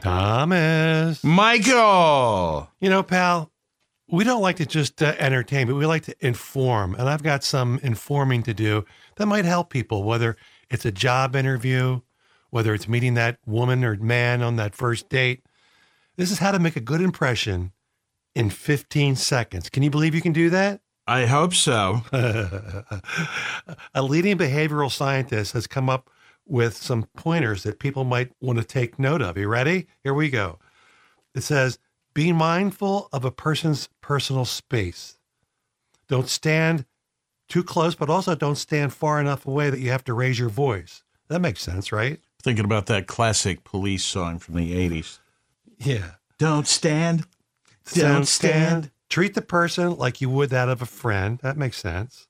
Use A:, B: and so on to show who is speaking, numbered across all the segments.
A: Thomas.
B: Michael.
A: You know, pal, we don't like to just uh, entertain, but we like to inform. And I've got some informing to do that might help people, whether it's a job interview, whether it's meeting that woman or man on that first date. This is how to make a good impression in 15 seconds. Can you believe you can do that?
B: I hope so.
A: a leading behavioral scientist has come up with some pointers that people might want to take note of. You ready? Here we go. It says, be mindful of a person's personal space. Don't stand too close, but also don't stand far enough away that you have to raise your voice. That makes sense, right?
B: Thinking about that classic police song from the 80s.
A: Yeah.
B: Don't stand. Don't, stand.
A: Treat the person like you would that of a friend. That makes sense.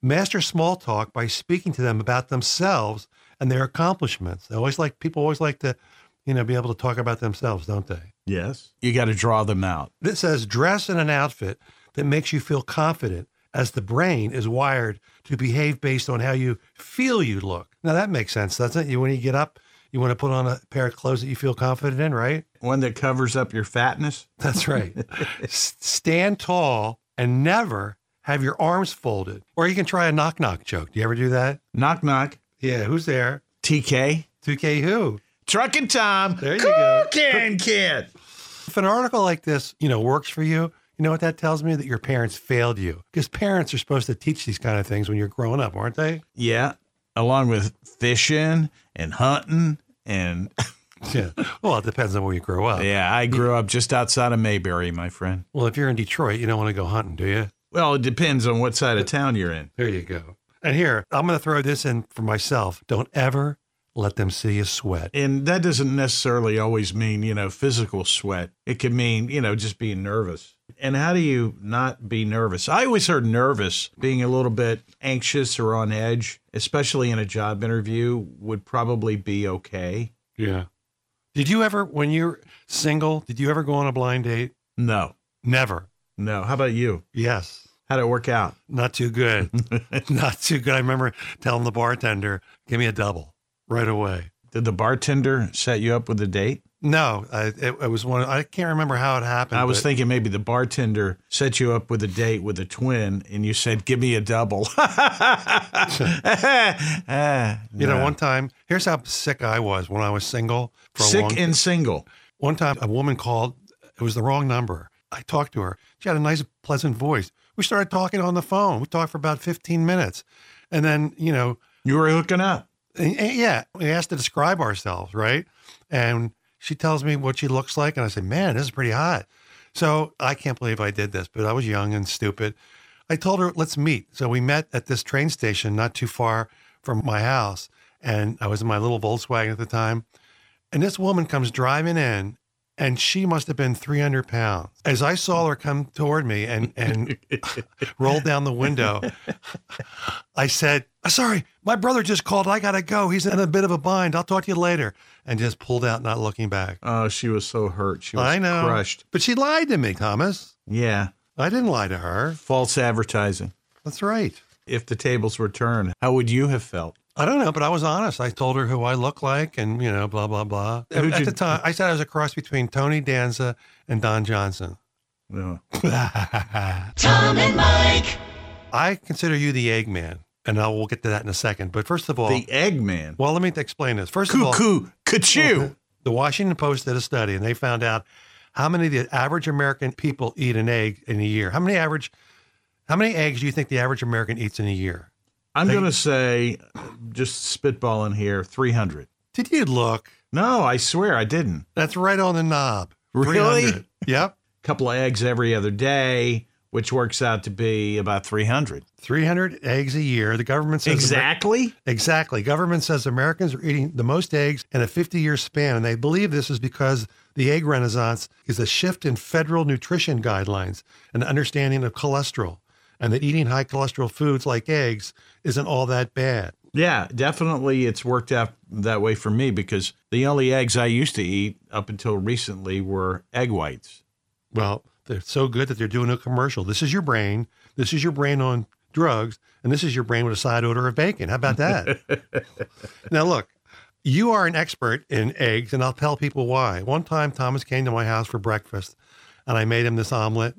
A: Master small talk by speaking to them about themselves and their accomplishments. They always like people always like to, you know, be able to talk about themselves, don't they?
B: Yes. You got to draw them out.
A: This says dress in an outfit that makes you feel confident as the brain is wired to behave based on how you feel you look. Now that makes sense, doesn't it? You when you get up, you want to put on a pair of clothes that you feel confident in, right?
B: One that covers up your fatness.
A: That's right. S- Stand tall and never have your arms folded. Or you can try a knock knock joke. Do you ever do that?
B: Knock, knock.
A: Yeah, who's there?
B: TK.
A: 2K who?
B: Truck and Tom.
A: There you go.
B: Cooking kid.
A: If an article like this, you know, works for you, you know what that tells me? That your parents failed you. Because parents are supposed to teach these kind of things when you're growing up, aren't they?
B: Yeah. Along with fishing and hunting. And
A: Yeah. Well, it depends on where you grow up.
B: yeah, I grew up just outside of Mayberry, my friend.
A: Well, if you're in Detroit, you don't want to go hunting, do you?
B: Well, it depends on what side of town you're in.
A: There you go. And here, I'm going to throw this in for myself. Don't ever let them see you sweat.
B: And that doesn't necessarily always mean, you know, physical sweat. It could mean, you know, just being nervous. And how do you not be nervous? I always heard nervous, being a little bit anxious or on edge, especially in a job interview, would probably be okay.
A: Yeah. Did you ever, when you're single, did you ever go on a blind date?
B: No,
A: Never.
B: no. How about you?
A: Yes.
B: How'd it work out?
A: Not too good. Not too good. I remember telling the bartender, give me a double right away.
B: Did the bartender set you up with a date?
A: No, I, it, it was one. I can't remember how it happened.
B: I was
A: but-
B: thinking maybe the bartender set you up with a date with a twin and you said, Give me a double.
A: You know, one time, here's how sick I was when I was single for a long
B: sick and single.
A: One time, a woman called. It was the wrong number. I talked to her. She had a nice, pleasant voice. We started talking on the phone. We talked for about 15 minutes. And then, you know,
B: You were hooking up.
A: and- and yeah, we asked to describe ourselves, right? And she tells me what she looks like. And I say, man, this is pretty hot. So I can't believe I did this, but I was young and stupid. I told her, let's meet. So we met at this train station not too far from my house. And I was in my little Volkswagen at the time. And this woman comes driving in, and she must have been 300 pounds. As I saw her come toward me and, and roll down the window, I said, "Uh, Sorry, my brother just called. I got to go. He's in a bit of a bind. I'll talk to you later. And just pulled out, not looking back.
B: Oh, she was so hurt. She was
A: I know.
B: crushed.
A: But she lied to me, Thomas.
B: Yeah.
A: I didn't lie to her.
B: False advertising.
A: That's right.
B: If the tables were turned, how would you have felt?
A: I don't know, but I was honest. I told her who I look like and, you know, blah, blah, blah. At,
B: Who'd
A: at
B: you-
A: the time, I said I was a cross between Tony Danza and Don Johnson.
B: No.
C: Tom and Mike.
A: I consider you the Eggman, and I will get to that in a second. But first of all,
B: The Eggman.
A: well, let me explain this. First of all,
B: Cuckoo. Cachoo.
A: The Washington Post did a study and they found out how many of the average American people eat an egg in a year. How many average how many eggs do you think the average American eats in a year?
B: I'm going to say, just spitballing here, 300.
A: Did you look?
B: No, I swear I didn't.
A: That's right on the knob.
B: Really?
A: 300. Yep.
B: couple of eggs every other day, which works out to be about 300.
A: 300 eggs a year. The government says
B: Exactly.
A: Exactly. Government says Americans are eating the most eggs in a 50 year span. And they believe this is because the egg renaissance is a shift in federal nutrition guidelines and understanding of cholesterol, and that eating high cholesterol foods like eggs isn't all that bad.
B: Yeah, definitely it's worked out that way for me because the only eggs I used to eat up until recently were egg whites.
A: Well, they're so good that they're doing a commercial. This is your brain. This is your brain on drugs. And this is your brain with a side odor of bacon. How about that? now, look, You are an expert in eggs, and I'll tell people why. One time, Thomas came to my house for breakfast, and I made him this omelet.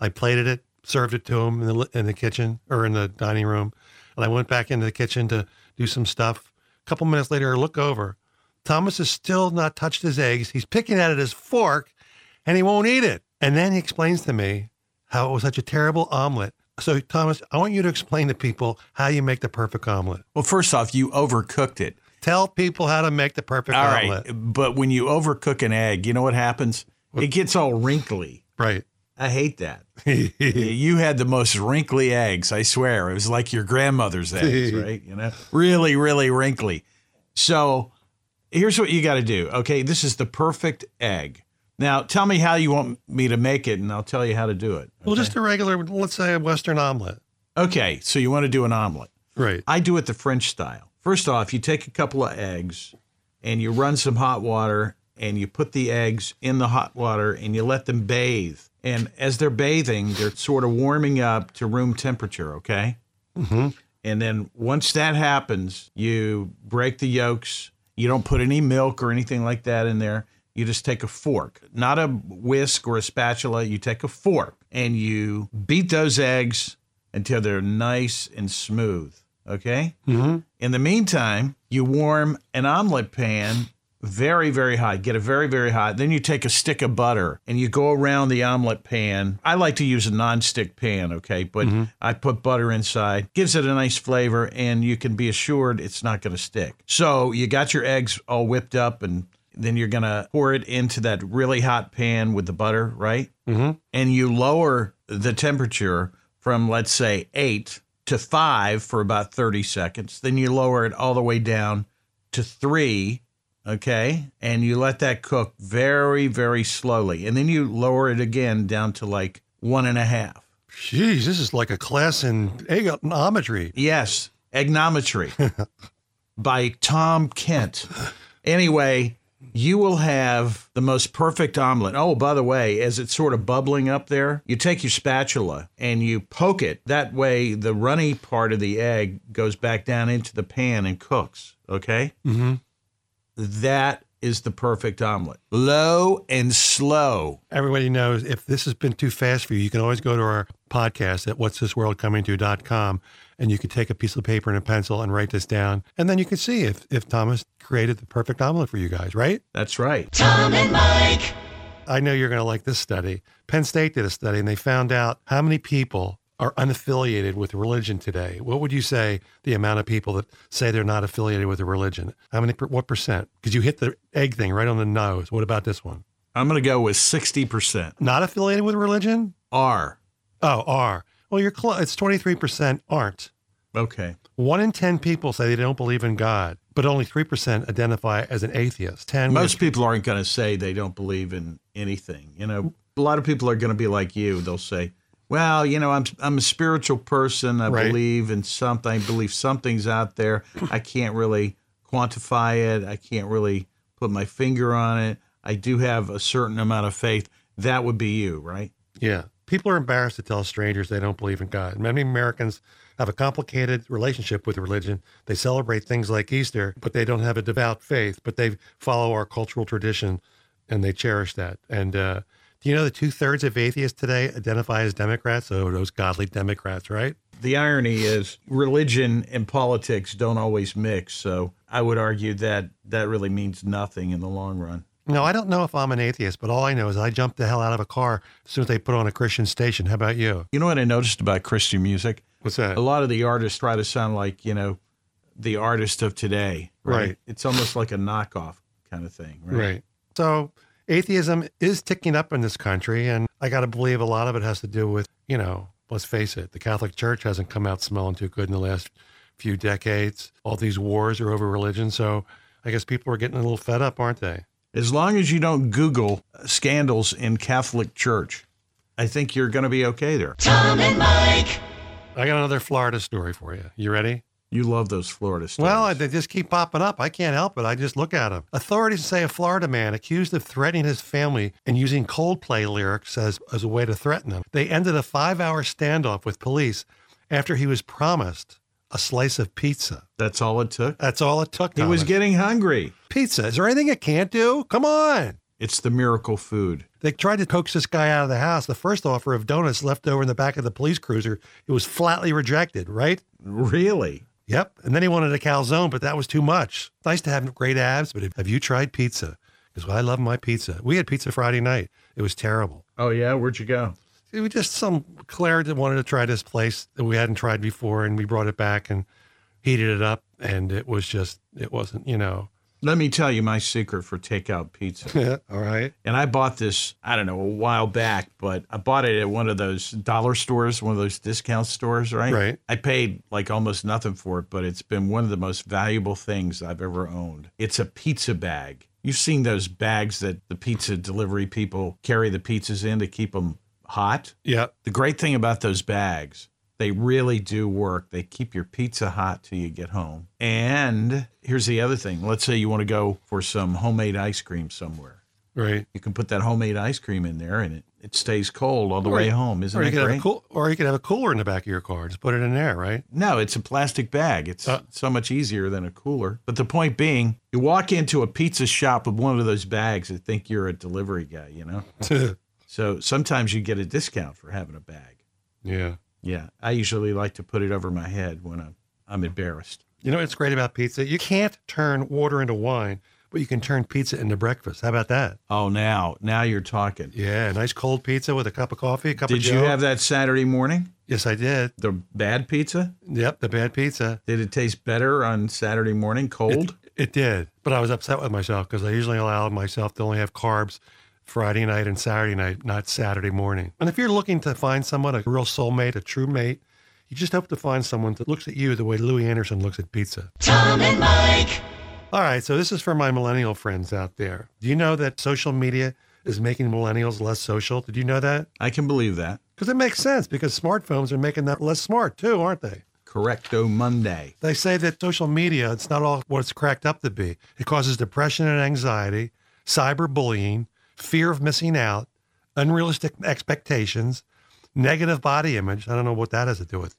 A: I plated it, served it to him in the, li- in the kitchen or in the dining room, and I went back into the kitchen to do some stuff. A couple minutes later, I look over. Thomas has still not touched his eggs. He's picking at it his fork, and he won't eat it. And then he explains to me how it was such a terrible omelet. So, Thomas, I want you to explain to people how you make the perfect omelet.
B: Well, first off, you overcooked it.
A: Tell people how to make the perfect
B: All right,
A: omelet.
B: But when you overcook an egg, you know what happens? It gets all wrinkly.
A: Right.
B: I hate that. you had the most wrinkly eggs, I swear. It was like your grandmother's eggs, right? You know, really, really wrinkly. So here's what you got to do. Okay. This is the perfect egg. Now tell me how you want me to make it, and I'll tell you how to do it.
A: Well, just a regular, let's say a Western omelet.
B: Okay. So you want to do an omelet.
A: Right.
B: I do it the French style. First off, you take a couple of eggs and you run some hot water and you put the eggs in the hot water and you let them bathe. And as they're bathing, they're sort of warming up to room temperature, okay?
A: hmm
B: And then once that happens, you break the yolks. You don't put any milk or anything like that in there. You just take a fork, not a whisk or a spatula. You take a fork and you beat those eggs until they're nice and smooth. Okay.
A: hmm
B: In the meantime, you warm an omelet pan very, very hot. Get it very, very hot. Then you take a stick of butter and you go around the omelet pan. I like to use a non-stick pan, okay? But I put butter inside. Gives it a nice flavor, and you can be assured it's not going to stick. So you got your eggs all whipped up, and then you're going to pour it into that really hot pan with the butter, right?
A: hmm
B: and you lower the temperature from let's say 8 to 5 for about 30 seconds then you lower it all the way down to 3 okay and you let that cook very very slowly and then you lower it again down to like one and a half
A: Jeez, this is like a class in egg ometry.
B: Yes, Egnometry by Tom Kent. Anyway, you will have the most perfect omelet. Oh, by the way, as it's sort of bubbling up there, you take your spatula and you poke it. That way, the runny part of the egg goes back down into the pan and cooks. Okay?
A: hmm
B: That is the perfect omelet. Low and slow.
A: Everybody knows if this has been too fast for you, you can always go to our podcast at what's this world coming to.com and you can take a piece of paper and a pencil and write this down. And then you can see if, if Thomas created the perfect omelet for you guys, right?
B: That's right.
C: Tom and Mike.
A: I know you're going to like this study. Penn State did a study and they found out how many people are unaffiliated with religion today. What would you say the amount of people that say they're not affiliated with a religion? How many, per- what percent? Because you hit the egg thing right on the nose. What about this one?
B: I'm going to go with 60%
A: Not affiliated with religion?
B: R.
A: Oh, are. Well, you're close. It's 23% aren't.
B: Okay.
A: One in 10 people say they don't believe in God, but only 3% identify as an atheist. 10
B: Most people aren't going to say they don't believe in anything. You know, a lot of people are going to be like you. They'll say, "Well, you know, I'm I'm a spiritual person. I
A: Right.
B: believe in something. I believe something's out there. I can't really quantify it. I can't really put my finger on it. I do have a certain amount of faith." That would be you, right?
A: Yeah. People are embarrassed to tell strangers they don't believe in God. Many Americans have a complicated relationship with religion. They celebrate things like Easter, but they don't have a devout faith, but they follow our cultural tradition and they cherish that. And uh, do you know that two thirds of atheists today identify as Democrats? So those godly Democrats, right?
B: The irony is religion and politics don't always mix. So I would argue that that really means nothing in the long run.
A: No, I don't know if I'm an atheist, but all I know is I jumped the hell out of a car as soon as they put on a Christian station. How about you?
B: You know what I noticed about Christian music?
A: What's that?
B: a lot of the artists try to sound like you know the artist of today right,
A: Right.
B: it's almost like a knockoff kind of thing right,
A: Right. So atheism is ticking up in this country. And I got to believe a lot of it has to do with, you know, let's face it, the Catholic Church hasn't come out smelling too good in the last few decades. All these wars are over religion. So I guess people are getting a little fed up, aren't they?
B: as long as you don't google uh, scandals in catholic church i think you're going to be okay there
C: Tom and Mike.
A: I got another Florida story for you. You ready?
B: you love those florida stories.
A: Well, they just keep popping up. I can't help it. I just look at them. Authorities say a Florida man accused of threatening his family and using Coldplay lyrics as, as a way to threaten them. They ended a five hour standoff with police after he was promised a slice of pizza.
B: That's all it took.
A: That's all it took.
B: He
A: Thomas.
B: was getting hungry.
A: pizza. Is there anything it can't do? Come on.
B: It's the miracle food.
A: They tried to coax this guy out of the house. The first offer of donuts left over in the back of the police cruiser, it was flatly rejected, right?
B: Really?
A: Yep. And then he wanted a calzone, but that was too much. Nice to have great abs, but have you tried pizza? Because I love my pizza. We had pizza Friday night. It was terrible.
B: Oh yeah, where'd you go?
A: It was just some Claire that wanted to try this place that we hadn't tried before, and we brought it back and heated it up, and it was just it wasn't you know
B: Let me tell you my secret for takeout pizza.
A: all right
B: And I bought this, I don't know, a while back, but I bought it at one of those dollar stores, one of those discount stores, right?
A: Right.
B: I paid like almost nothing for it, but it's been one of the most valuable things I've ever owned. It's a pizza bag. You've seen those bags that the pizza delivery people carry the pizzas in to keep them hot.
A: yeah
B: The great thing about those bags, they really do work. They keep your pizza hot till you get home. And here's the other thing let's say you want to go for some homemade ice cream somewhere.
A: right.
B: You can put that homemade ice cream in there and it, it stays cold all the way home. Isn't
A: Or you
B: that
A: could have
B: great?
A: a cool, or you could have a cooler in the back of your car. Just put it in there, right?
B: no, it's a plastic bag. It's
A: Uh.
B: so much easier than a cooler. But the point being, you walk into a pizza shop with one of those bags and think you're a delivery guy, you know? So sometimes you get a discount for having a bag.
A: yeah.
B: Yeah, I usually like to put it over my head when I'm I'm embarrassed.
A: You know what's great about pizza? You can't turn water into wine, but you can turn pizza into breakfast. How about that?
B: Oh, now now you're talking.
A: Yeah, a nice cold pizza with a cup of coffee, a cup of
B: Did
A: Joe.
B: you have that Saturday morning?
A: Yes, I did.
B: The bad pizza?
A: Yep, the bad pizza.
B: Did it taste better on Saturday morning, cold?
A: It did, but I was upset with myself because I usually allow myself to only have carbs Friday night and Saturday night, not Saturday morning. And if you're looking to find someone, a real soulmate, a true mate, you just hope to find someone that looks at you the way Louis Anderson looks at pizza.
C: Tom and Mike.
A: All right, so this is for my millennial friends out there. Do you know that social media is making millennials less social? Did you know that?
B: I can believe that.
A: Because it makes sense because smartphones are making them less smart too, aren't they?
B: Correcto Monday.
A: They say that social media, it's not all what it's cracked up to be. It causes depression and anxiety, cyberbullying, fear of missing out, unrealistic expectations, negative body image. I don't know what that has to do with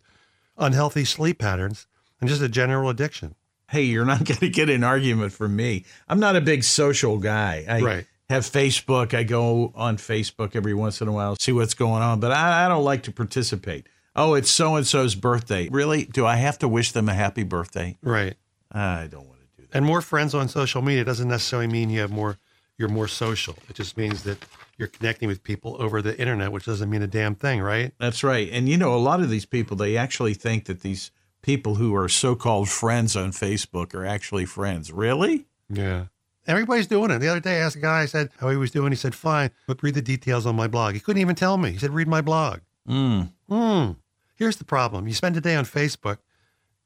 A: unhealthy sleep patterns, and just a general addiction.
B: Hey, you're not going to get an argument from me. I'm not a big social guy. I
A: Right.
B: have Facebook. I go on Facebook every once in a while, see what's going on, but I, I don't like to participate. Oh, it's so and so's birthday. Really? Do I have to wish them a happy birthday?
A: Right.
B: I don't want to do that.
A: And more friends on social media doesn't necessarily mean you have more you're more social. It just means that you're connecting with people over the internet, which doesn't mean a damn thing, right?
B: That's right. And you know, a lot of these people, they actually think that these people who are so called friends on Facebook are actually friends. Really?
A: Yeah. Everybody's doing it. The other day I asked a guy, I said how he was doing. He said, fine, but read the details on my blog. He couldn't even tell me. He said, read my blog.
B: Mm.
A: Hmm. Here's the problem. You spend a day on Facebook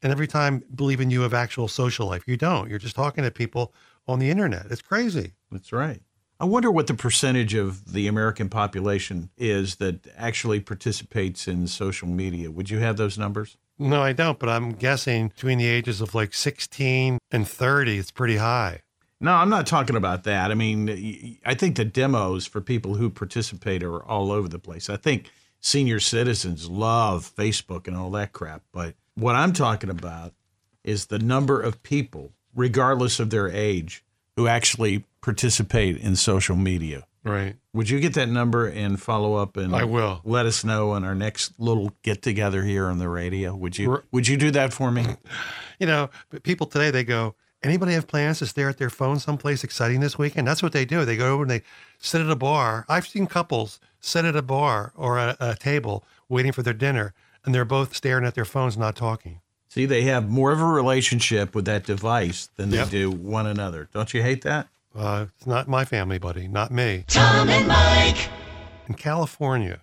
A: and every time believing you have actual social life. You don't. You're just talking to people on the internet. It's crazy.
B: That's right. I wonder what the percentage of the American population is that actually participates in social media. Would you have those numbers?
A: No, I don't, but I'm guessing between the ages of like 16 and 30, it's pretty high.
B: No, I'm not talking about that. I mean, y- I think the demos for people who participate are all over the place. I think senior citizens love Facebook and all that crap. But what I'm talking about is the number of people, regardless of their age, who actually participate in social media.
A: Right.
B: Would you get that number and follow up and
A: I will.
B: let us know on our next little get together here on the radio? Would you
A: R-
B: would you do that for me?
A: You know, but people today they go, anybody have plans to stare at their phone someplace exciting this weekend? That's what they do. They go over and they sit at a bar. I've seen couples sit at a bar or a, a table waiting for their dinner, and they're both staring at their phones, not talking.
B: See, they have more of a relationship with that device than they
A: Yep.
B: do one another. Don't you hate that?
A: Uh, it's not my family, buddy, not me.
C: Tom and Mike.
A: In California,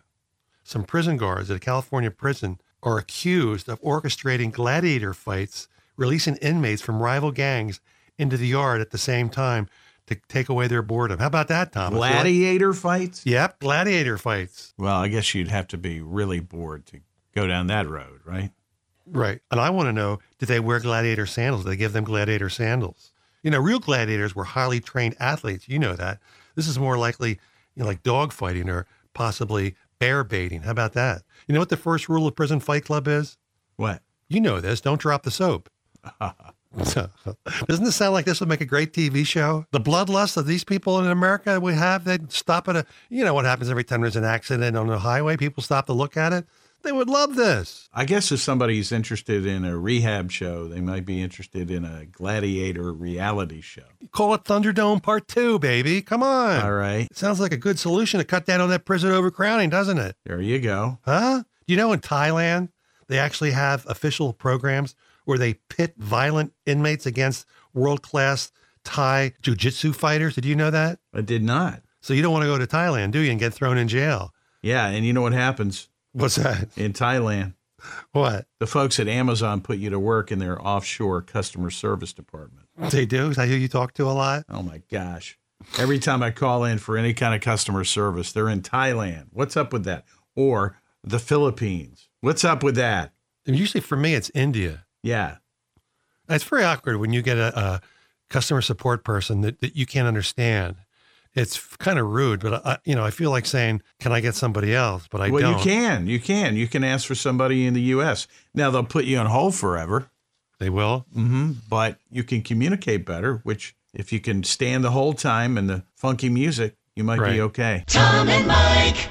A: some prison guards at a California prison are accused of orchestrating gladiator fights, releasing inmates from rival gangs into the yard at the same time to take away their boredom. How about that, Tom?
B: Gladiator fights?
A: Yep, gladiator fights.
B: Well, I guess you'd have to be really bored to go down that road, right?
A: Right. And I want to know did they wear gladiator sandals? Did they give them gladiator sandals? You know, real gladiators were highly trained athletes. You know that. This is more likely, you know, like dog fighting or possibly bear baiting. How about that? You know what the first rule of prison fight club is?
B: What?
A: You know this. Don't drop the soap. Doesn't this sound like this would make a great TV show? The bloodlust of these people in America we have, they'd stop at a, you know what happens every time there's an accident on the highway? People stop to look at it. They would love this.
B: I guess if somebody's interested in a rehab show, they might be interested in a gladiator reality show.
A: Call it Thunderdome Part 2, baby. Come on.
B: All right.
A: Sounds like a good solution to cut down on that prison overcrowding, doesn't it?
B: There you go.
A: Huh? You know, in Thailand, they actually have official programs where they pit violent inmates against world class Thai jujitsu fighters. Did you know that?
B: I did not.
A: So you don't want to go to Thailand, do you, and get thrown in jail?
B: Yeah. And you know what happens
A: What's that?
B: in Thailand?
A: What?
B: The folks at Amazon put you to work in their offshore customer service department.
A: They do? Is that who you talk to a lot?
B: Oh my gosh. Every time I call in for any kind of customer service, they're in Thailand. What's up with that? Or the Philippines. What's up with that?
A: And usually for me, it's India.
B: Yeah.
A: It's very awkward when you get a, a customer support person that, that you can't understand. It's kind of rude, but I, you know, I feel like saying, "Can I get somebody else?" But I
B: well,
A: don't.
B: you can. You can. You can ask for somebody in the U.S. Now, they'll put you on hold forever,
A: They will.
B: hmm but you can communicate better, which if you can stand the whole time and the funky music, you might
A: Right.
B: be okay.
C: Tom and Mike.